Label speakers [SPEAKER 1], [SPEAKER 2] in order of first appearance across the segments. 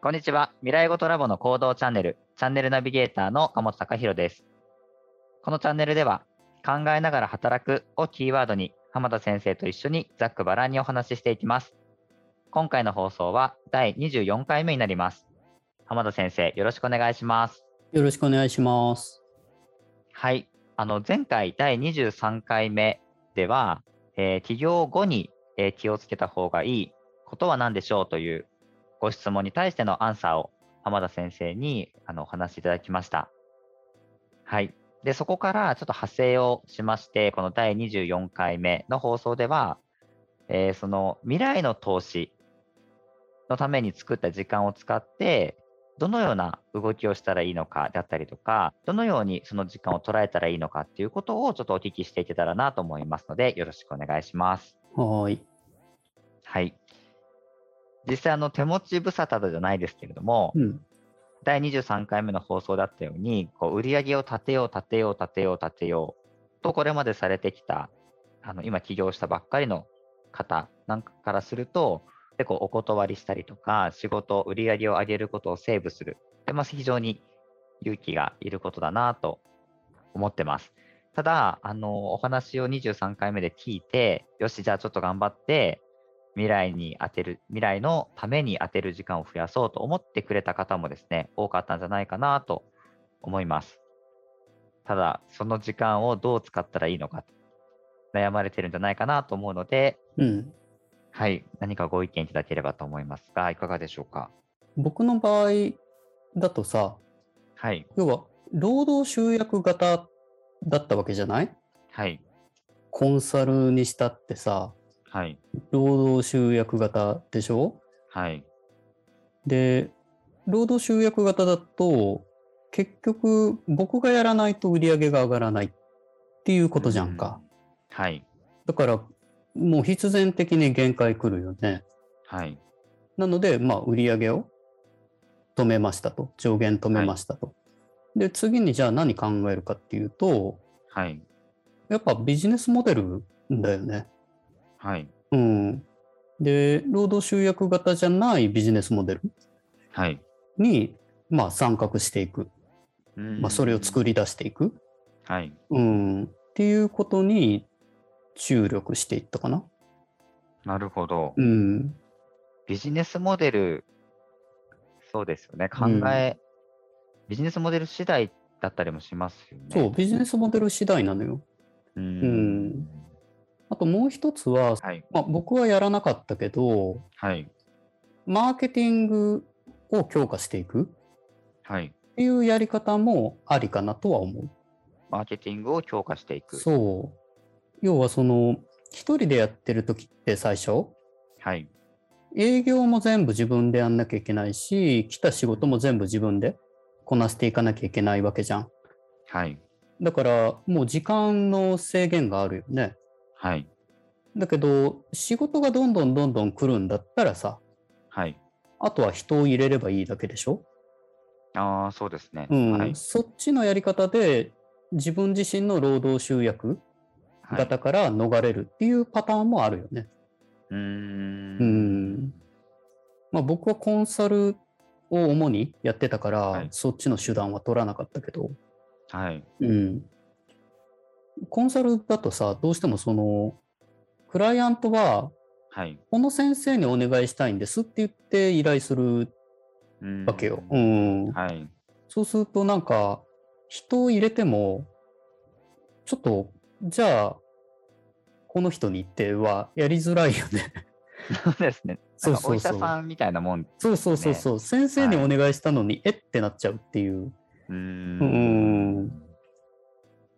[SPEAKER 1] こんにちは。未来ごとラボの行動チャンネル、チャンネルナビゲーターの鴨本隆弘です。このチャンネルでは、考えながら働くをキーワードに、浜田先生と一緒にざっくばらんにお話ししていきます。今回の放送は第24回目になります。浜田先生、よろしくお願いします。
[SPEAKER 2] よろしくお願いします。
[SPEAKER 1] はい。あの、前回第23回目では、えー起業後に、えー気をつけた方がいいことは何でしょうというご質問に対してのアンサーを浜田先生にあのお話しいただきました。はい。で、そこからちょっと派生をしまして、この第24回目の放送では、えーその未来の投資のために作った時間を使って、どのような動きをしたらいいのかであったりとか、どのようにその時間を捉えたらいいのかっていうことをちょっとお聞きしていけたらなと思いますので、よろしくお願いします。
[SPEAKER 2] はーい。
[SPEAKER 1] はい。実際、あの手持ち無沙汰じゃないですけれども、
[SPEAKER 2] うん。
[SPEAKER 1] 第23回目の放送だったように、こう売り上げを立てよう、立てよう、立てよう、立てようと、これまでされてきた、あの今起業したばっかりの方なんかからすると、結構お断りしたりとか、仕事、売り上げを上げることをセーブする。でまあ、非常に勇気がいることだなと思ってます。ただ、あの、お話を23回目で聞いて、よし、じゃあちょっと頑張って、未来に当てる、未来のために当てる時間を増やそうと思ってくれた方もですね、多かったんじゃないかなと思います。ただ、その時間をどう使ったらいいのか、悩まれてるんじゃないかなと思うので、
[SPEAKER 2] うん。
[SPEAKER 1] はい、何かご意見いただければと思いますが、いかがでしょうか。
[SPEAKER 2] 僕の場合だとさ、
[SPEAKER 1] はい、
[SPEAKER 2] 要は、労働集約型だったわけじゃない
[SPEAKER 1] はい、
[SPEAKER 2] コンサルにしたってさ、
[SPEAKER 1] はい、
[SPEAKER 2] 労働集約型でしょ
[SPEAKER 1] はい、
[SPEAKER 2] で、労働集約型だと、結局、僕がやらないと売り上げが上がらないっていうことじゃんか。
[SPEAKER 1] はい、
[SPEAKER 2] だから、もう必然的に限界来るよね。
[SPEAKER 1] はい、
[SPEAKER 2] なので、まあ、売り上げを止めましたと。上限止めましたと。で、次にじゃあ何考えるかっていうと、
[SPEAKER 1] はい、
[SPEAKER 2] やっぱビジネスモデルだよね。
[SPEAKER 1] はい、
[SPEAKER 2] うん。で、労働集約型じゃないビジネスモデル
[SPEAKER 1] はい。
[SPEAKER 2] に、まあ、参画していく。
[SPEAKER 1] ま
[SPEAKER 2] まあ、それを作
[SPEAKER 1] る。
[SPEAKER 2] り出していく。
[SPEAKER 1] はい、
[SPEAKER 2] うん。っていうことに注力していったかな。
[SPEAKER 1] なるほど。
[SPEAKER 2] うん。
[SPEAKER 1] ビジネスモデル、そうですよね、考
[SPEAKER 2] うん
[SPEAKER 1] え、ビジネスモデル次第だったりもしますよね。
[SPEAKER 2] そう、ビジネスモデル次第なのよ。
[SPEAKER 1] う
[SPEAKER 2] うんあともう一つは、
[SPEAKER 1] はい、
[SPEAKER 2] まあ、僕はやらなかったけど、
[SPEAKER 1] はい、
[SPEAKER 2] マーケティングを強化していく
[SPEAKER 1] はい。
[SPEAKER 2] っていうやり方もありかなとは思う。
[SPEAKER 1] マーケティングを強化していく。
[SPEAKER 2] そう。要はその、一人でやってる時って最初、
[SPEAKER 1] はい、
[SPEAKER 2] 営業も全部自分でやんなきゃいけないし、来た仕事も全部自分でこなしていかなきゃいけないわけじゃん。
[SPEAKER 1] はい、
[SPEAKER 2] だから、もう時間の制限があるよね。
[SPEAKER 1] はい、
[SPEAKER 2] だけど、仕事がどんどんどんどん来るんだったらさ、
[SPEAKER 1] はい。
[SPEAKER 2] あとは人を入れればいいだけでしょ
[SPEAKER 1] ああ、そうですね。
[SPEAKER 2] うん、
[SPEAKER 1] はい、
[SPEAKER 2] そっちのやり方で自分自身の労働集約
[SPEAKER 1] はい、
[SPEAKER 2] 型から逃れるっていうパターンもあるよね。
[SPEAKER 1] うーん
[SPEAKER 2] うんまあ、僕はコンサルを主にやってたから、
[SPEAKER 1] はい
[SPEAKER 2] そっちの手段は取らなかったけど、
[SPEAKER 1] はい、
[SPEAKER 2] うん、コンサルだとさどうしてもそのクライアントは
[SPEAKER 1] はい。
[SPEAKER 2] この先生にお願いしたいんですって言って依頼する
[SPEAKER 1] うーん
[SPEAKER 2] わけよ。うん、
[SPEAKER 1] はい、
[SPEAKER 2] そうするとなんか人を入れてもちょっとじゃあこの人に言ってはやりづらいよね。
[SPEAKER 1] そうですね。
[SPEAKER 2] そう
[SPEAKER 1] なんか
[SPEAKER 2] そ
[SPEAKER 1] お
[SPEAKER 2] う
[SPEAKER 1] 医
[SPEAKER 2] そ
[SPEAKER 1] 者
[SPEAKER 2] う。
[SPEAKER 1] さんみたいなもん。
[SPEAKER 2] そうそうそうそう、先生にお願いしたのに、えってなっちゃうっていう。
[SPEAKER 1] うーん
[SPEAKER 2] うーん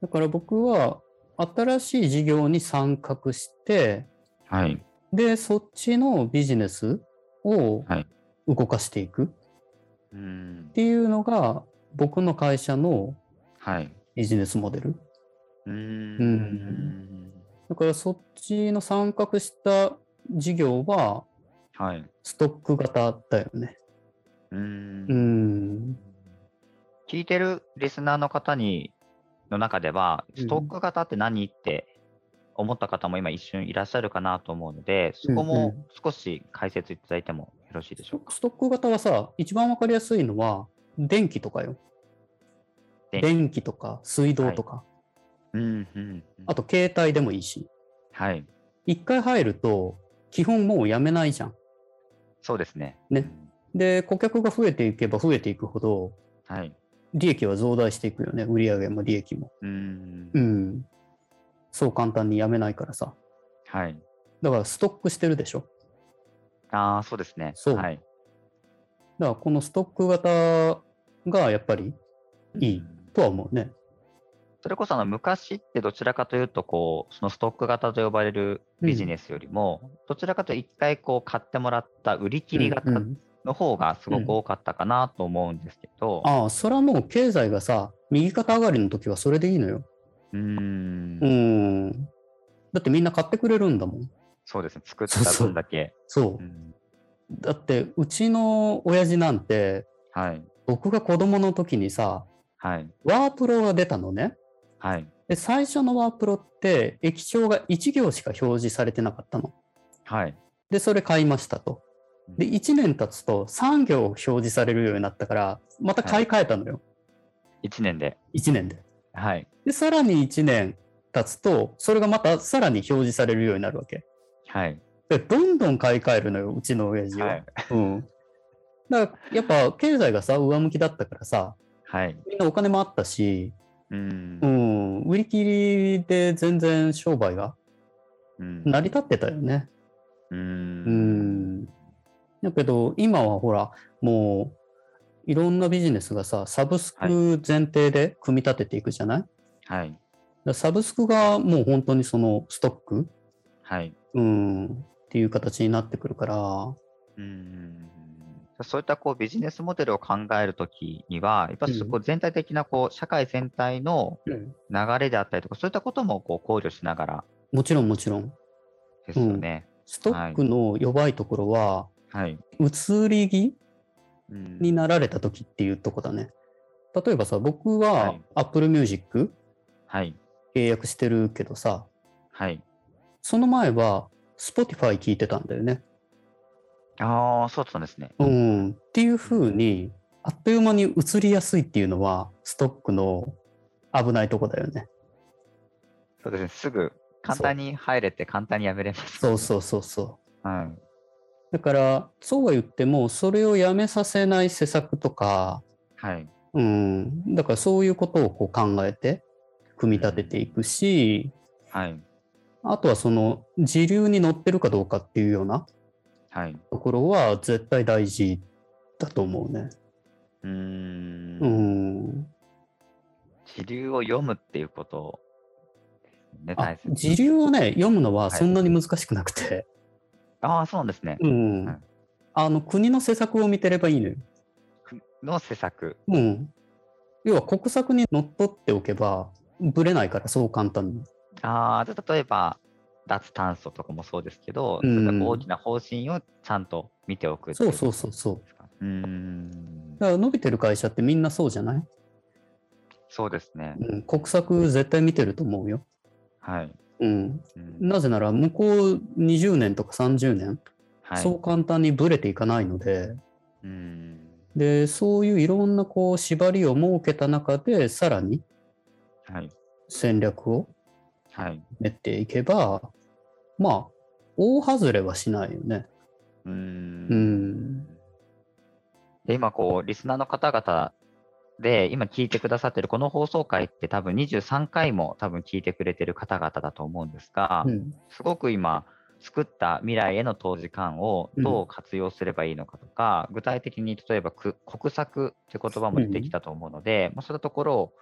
[SPEAKER 2] だから僕は新しい事業に参画して、
[SPEAKER 1] はい、
[SPEAKER 2] で、そっちのビジネスを
[SPEAKER 1] はい
[SPEAKER 2] 動かしていくっ
[SPEAKER 1] うーん
[SPEAKER 2] ていうのが僕の会社の
[SPEAKER 1] はい。
[SPEAKER 2] ビジネスモデル。
[SPEAKER 1] うー。
[SPEAKER 2] うんだからそっちの参画した事業は
[SPEAKER 1] はい。
[SPEAKER 2] ストック型だよね。
[SPEAKER 1] うーん
[SPEAKER 2] うん。
[SPEAKER 1] 聞いてるリスナーの方にの中では、
[SPEAKER 2] うん
[SPEAKER 1] ストック型って何って思った方も今一瞬いらっしゃるかなと思うので、そこ
[SPEAKER 2] うんう
[SPEAKER 1] も
[SPEAKER 2] ん
[SPEAKER 1] 少し解説いただいてもよろしいでしょうか。
[SPEAKER 2] ストック型はさ、一番わかりやすいのは、電気とかよ。
[SPEAKER 1] 電
[SPEAKER 2] 電
[SPEAKER 1] 気
[SPEAKER 2] 気とか、水道とか、
[SPEAKER 1] うんうんうん
[SPEAKER 2] あと携帯でもいいし。
[SPEAKER 1] はい、
[SPEAKER 2] 一回入ると、基本もうやめないじゃん。
[SPEAKER 1] そうですね。
[SPEAKER 2] ね
[SPEAKER 1] うん
[SPEAKER 2] で、顧客が増えていけば増えていくほど、
[SPEAKER 1] はい。
[SPEAKER 2] 利益は増大していくよね。売上も利益も。
[SPEAKER 1] うん
[SPEAKER 2] う。ん。そう簡単にやめないからさ。
[SPEAKER 1] はい。
[SPEAKER 2] だからストックしてるでしょ。
[SPEAKER 1] ああ、そうですね。
[SPEAKER 2] そう
[SPEAKER 1] はい。
[SPEAKER 2] だからこのストック型がやっぱりいい
[SPEAKER 1] うん
[SPEAKER 2] とは思うね。
[SPEAKER 1] それこそあの昔ってどちらかというとこう、そのストック型と呼ばれるビジネスよりも、どちらかというと一回こう買ってもらった売り切り型
[SPEAKER 2] うんうん
[SPEAKER 1] の方がすごく多かったかなと思うんですけど、
[SPEAKER 2] ああ、それはもう経済がさ、右肩上がりの時はそれでいいのよ。
[SPEAKER 1] うん
[SPEAKER 2] うーん。だってみんな買ってくれるんだもん。
[SPEAKER 1] そうですね、作っ
[SPEAKER 2] そう
[SPEAKER 1] た
[SPEAKER 2] そう
[SPEAKER 1] 分だけ。
[SPEAKER 2] そうう。
[SPEAKER 1] ん
[SPEAKER 2] だってうちの親父なんて、
[SPEAKER 1] はい、
[SPEAKER 2] 僕が子供の時にさ、
[SPEAKER 1] はい、
[SPEAKER 2] ワープロが出たのね。
[SPEAKER 1] はい、
[SPEAKER 2] で、最初のワープロって液晶が1行しか表示されてなかったの。
[SPEAKER 1] はい。
[SPEAKER 2] で、それ買いましたと。で、1年経つと3行表示されるようになったから、また買い替えたのよ。
[SPEAKER 1] 1年で。
[SPEAKER 2] 1年で。
[SPEAKER 1] はい、
[SPEAKER 2] で、さらに1年経つと、それがまたさらに表示されるようになるわけ。
[SPEAKER 1] はい、
[SPEAKER 2] で、どんどん買い替えるのよ、うちの親父は。
[SPEAKER 1] はい、
[SPEAKER 2] うん。だから、やっぱ経済がさ、上向きだったからさ、
[SPEAKER 1] はい。
[SPEAKER 2] みんなお金もあったし、
[SPEAKER 1] うん
[SPEAKER 2] う。ん、売り切りで全然商売が
[SPEAKER 1] うん
[SPEAKER 2] 成り立ってたよね。
[SPEAKER 1] う。
[SPEAKER 2] うんん。だけど、今はほら、もう、いろんなビジネスがさ、サブスク前提で組み立てていくじゃない、だか
[SPEAKER 1] はい、
[SPEAKER 2] らサブスクがもう本当にそのストック
[SPEAKER 1] はい。
[SPEAKER 2] うん、っていう形になってくるから、
[SPEAKER 1] うんそういったこうビジネスモデルを考えるときには、やっぱりそこ全体的なこう社会全体の流れであったりとか、そういったこともこう考慮しながら
[SPEAKER 2] もちろんもちろん、
[SPEAKER 1] ですよね。
[SPEAKER 2] ストックの弱いところは、
[SPEAKER 1] はい。
[SPEAKER 2] 移り気
[SPEAKER 1] うん
[SPEAKER 2] になられた時っていうとこだね。例えばさ、僕
[SPEAKER 1] は
[SPEAKER 2] はい Apple Music
[SPEAKER 1] はい、
[SPEAKER 2] 契約してるけどさ、
[SPEAKER 1] はい。
[SPEAKER 2] その前は Spotify 聞いてたんだよね。
[SPEAKER 1] ああ、そうだったんですね。
[SPEAKER 2] うん。っていう風に、あっという間に移りやすいっていうのは、ストックの危ないとこだよね。
[SPEAKER 1] そうですね。すぐ簡単に入れて、簡単にやめれます。
[SPEAKER 2] そうそうそうそう。
[SPEAKER 1] はい。
[SPEAKER 2] だから、そうは言っても、それをやめさせない施策とか、
[SPEAKER 1] はい。
[SPEAKER 2] うん、だからそういうことをこう考えて、組み立てていくし、
[SPEAKER 1] はい。
[SPEAKER 2] あとはその、時流に乗ってるかどうかっていうような
[SPEAKER 1] はい。
[SPEAKER 2] ところは、絶対大事だと思うね。
[SPEAKER 1] うーん。
[SPEAKER 2] うん。
[SPEAKER 1] 時流を読むっていうことね、
[SPEAKER 2] あ
[SPEAKER 1] 大切。
[SPEAKER 2] 時流をね、読むのは
[SPEAKER 1] はい
[SPEAKER 2] そんなに難しくなくて、
[SPEAKER 1] ああ、そうなんですね。
[SPEAKER 2] うん、
[SPEAKER 1] はい
[SPEAKER 2] あの国の施策を見てればいいのよ。
[SPEAKER 1] の施策。
[SPEAKER 2] うん、要は国策にのっとっておけばぶれないからそう簡単に。
[SPEAKER 1] ああ、じゃあ例えば、脱炭素とかもそうですけど、
[SPEAKER 2] うん
[SPEAKER 1] そういったこう大きな方針をちゃんと見ておくってい
[SPEAKER 2] そううそうそうそう。
[SPEAKER 1] ことですか。うーん。
[SPEAKER 2] だから伸びてる会社ってみんなそうじゃない、
[SPEAKER 1] そうですね。
[SPEAKER 2] うん、国策絶対見てると思うよ。
[SPEAKER 1] はい。
[SPEAKER 2] うん、
[SPEAKER 1] うん
[SPEAKER 2] なぜなら向こう20年とか30年、
[SPEAKER 1] はい。
[SPEAKER 2] そう簡単にぶれていかないので
[SPEAKER 1] うーん。
[SPEAKER 2] でそういういろんなこう縛りを設けた中でさらに
[SPEAKER 1] はい。
[SPEAKER 2] 戦略を
[SPEAKER 1] はい。
[SPEAKER 2] 練っていけば、まあ、大外れはしないよね。
[SPEAKER 1] うーん
[SPEAKER 2] うん。
[SPEAKER 1] で今こう、リスナーの方々で、今聞いてくださってるこの放送回って多分23回も多分聞いてくれてる方々だと思うんですが、
[SPEAKER 2] うん
[SPEAKER 1] すごく今、作った未来への投資感をどう活用すればいいのかとか、具体的に例えばく国策って言葉も出てきたと思うので、まあ、そういったところを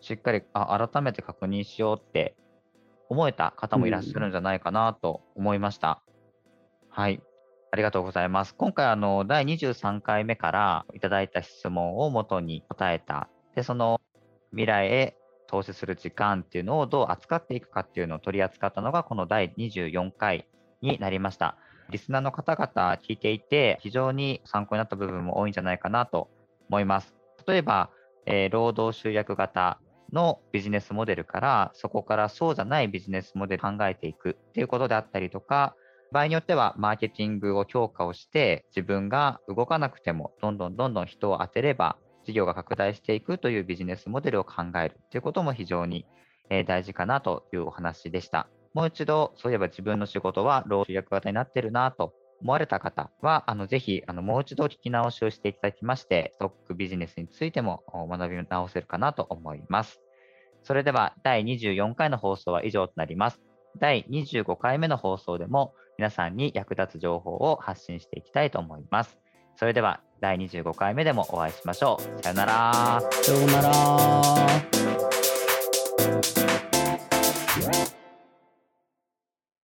[SPEAKER 1] しっかりあ改めて確認しようって思えた方もいらっしゃるんじゃないかなと思いました。はい。ありがとうございます。今回、あの、第23回目からいただいた質問を元に答えた。で、その未来へ投資する時間っていうのをどう扱っていくかっていうのを取り扱ったのが、この第24回になりました。リスナーの方々聞いていて、非常に参考になった部分も多いんじゃないかなと思います。例えば、えー労働集約型、のビジネスモデルからそこからそうじゃないビジネスモデルを考えていくっていうことであったりとか場合によってはマーケティングを強化をして自分が動かなくてもどんどんどんどん人を当てれば事業が拡大していくというビジネスモデルを考えるということも非常にえー大事かなというお話でした。もう一度、そういえば自分の仕事は労働役型になってるなと思われた方は、あのぜひあのもう一度聞き直しをしていただきまして、ストックビジネスについてもお学び直せるかなと思います。それでは第24回の放送は以上となります。第25回目の放送でも皆さんに役立つ情報を発信していきたいと思います。それでは第25回目でもお会いしましょう。さよなら。
[SPEAKER 2] さようなら。